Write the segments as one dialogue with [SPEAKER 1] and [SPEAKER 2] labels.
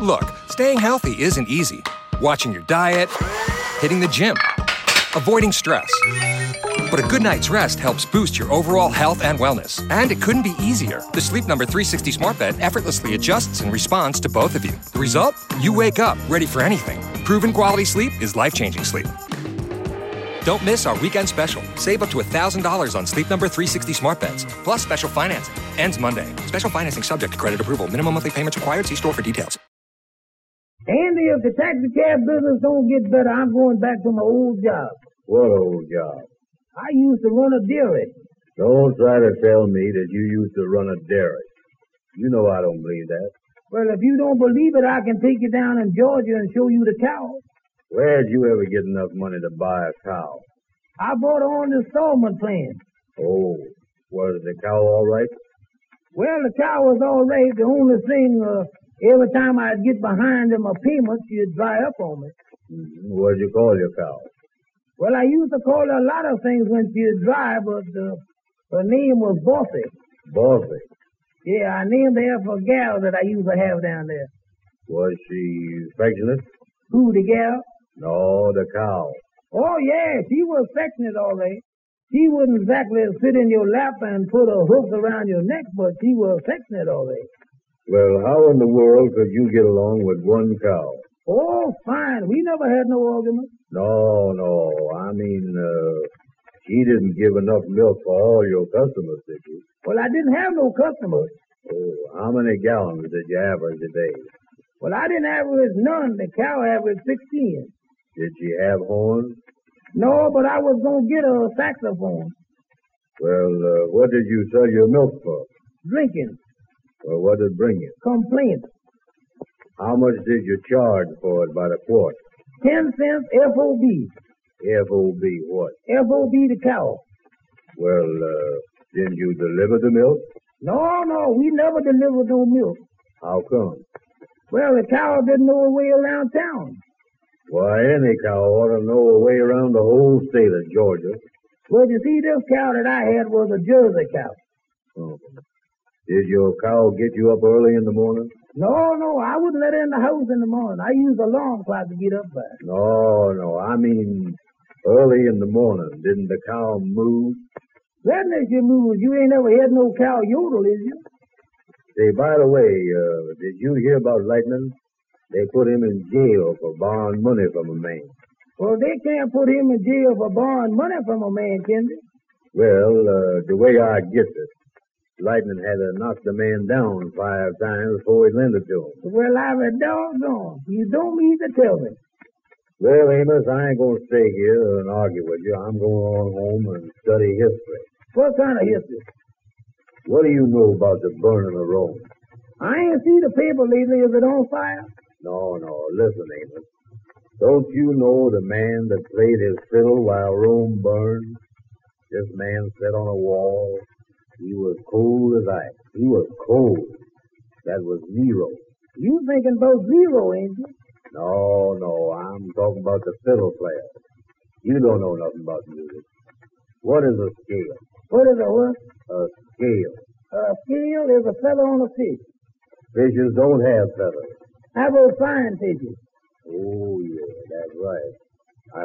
[SPEAKER 1] Look, staying healthy isn't easy. Watching your diet, hitting the gym, avoiding stress. But a good night's rest helps boost your overall health and wellness. And it couldn't be easier. The Sleep Number 360 Smart Bed effortlessly adjusts in response to both of you. The result? You wake up ready for anything. Proven quality sleep is life changing sleep. Don't miss our weekend special. Save up to $1,000 on Sleep Number 360 smart beds. Plus special financing. Ends Monday. Special financing subject to credit approval. Minimum monthly payments required. See store for details.
[SPEAKER 2] Andy, if the taxi cab business don't get better, I'm going back to my old job.
[SPEAKER 3] What old job?
[SPEAKER 2] I used to run a dairy.
[SPEAKER 3] Don't try to tell me that you used to run a dairy. You know I don't believe that.
[SPEAKER 2] Well, if you don't believe it, I can take you down in Georgia and show you the cows.
[SPEAKER 3] Where'd you ever get enough money to buy a cow?
[SPEAKER 2] I bought her on the installment plan.
[SPEAKER 3] Oh, was the cow all right?
[SPEAKER 2] Well, the cow was all right. The only thing, uh, every time I'd get behind in my payments, she'd dry up on me.
[SPEAKER 3] Mhm. What'd you call your cow?
[SPEAKER 2] Well, I used to call her a lot of things when she'd dry, but uh, her name was Bossy.
[SPEAKER 3] Bossy.
[SPEAKER 2] Yeah, I named her for a gal that I used to have down there.
[SPEAKER 3] Was she affectionate?
[SPEAKER 2] Who, the gal?
[SPEAKER 3] No, the cow.
[SPEAKER 2] Oh, yeah, she was affectionate all right. She wouldn't exactly sit in your lap and put her hook around your neck, but she was affectionate all right.
[SPEAKER 3] Well, how in the world could you get along with one cow?
[SPEAKER 2] Oh, fine. We never had no argument.
[SPEAKER 3] No, no. I mean, uh, she didn't give enough milk for all your customers, did she?
[SPEAKER 2] Well, I didn't have no customers.
[SPEAKER 3] Oh, how many gallons did you average a day?
[SPEAKER 2] Well, I didn't average none. The cow averaged 16.
[SPEAKER 3] Did she have horns?
[SPEAKER 2] No, but I was going to get her a saxophone.
[SPEAKER 3] Well, uh, what did you sell your milk for?
[SPEAKER 2] Drinking.
[SPEAKER 3] Well, what did it bring you?
[SPEAKER 2] Complaint.
[SPEAKER 3] How much did you charge for it by the quart?
[SPEAKER 2] 10 cents FOB.
[SPEAKER 3] FOB what?
[SPEAKER 2] FOB the cow.
[SPEAKER 3] Well, uh, didn't you deliver the milk?
[SPEAKER 2] No, no, we never delivered no milk.
[SPEAKER 3] How come?
[SPEAKER 2] Well, the cow didn't know her way around town.
[SPEAKER 3] Why, any cow ought to know a way around the whole state of Georgia.
[SPEAKER 2] Well, you see, this cow that I had was a Jersey cow.
[SPEAKER 3] Oh. Did your cow get you up early in the morning?
[SPEAKER 2] No, no, I wouldn't let her in the house in the morning. I used alarm clock to get up by.
[SPEAKER 3] No, no, I mean early in the morning. Didn't the cow move?
[SPEAKER 2] Redneck you lose. You ain't never had no cow yodel, is you?
[SPEAKER 3] Say, by the way, uh, did you hear about Lightning? They put him in jail for borrowing money from a man.
[SPEAKER 2] Well, they can't put him in jail for borrowing money from a man, can they?
[SPEAKER 3] Well, uh, the way I get it, Lightning had to knock the man down five times before he lended to him.
[SPEAKER 2] Well, I've a doggone. You don't mean to tell me.
[SPEAKER 3] Well, Amos, I ain't gonna stay here and argue with you. I'm going on home and study history.
[SPEAKER 2] What kind of history?
[SPEAKER 3] What do you know about the burning of Rome?
[SPEAKER 2] I ain't seen the paper lately. Is it on fire?
[SPEAKER 3] No, no, listen, Amos. Don't you know the man that played his fiddle while Rome burned? This man sat on a wall. He was cold as ice. He was cold. That was Nero.
[SPEAKER 2] You thinking about zero, ain't you?
[SPEAKER 3] No, no, I'm talking about the fiddle player. You don't know nothing about music. What is a scale?
[SPEAKER 2] What is a what?
[SPEAKER 3] A scale.
[SPEAKER 2] A scale is a feather on a fish.
[SPEAKER 3] Fishes don't have feathers.
[SPEAKER 2] Have a fine figure.
[SPEAKER 3] Oh, yeah, that's right.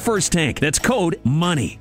[SPEAKER 4] first tank. That's code MONEY.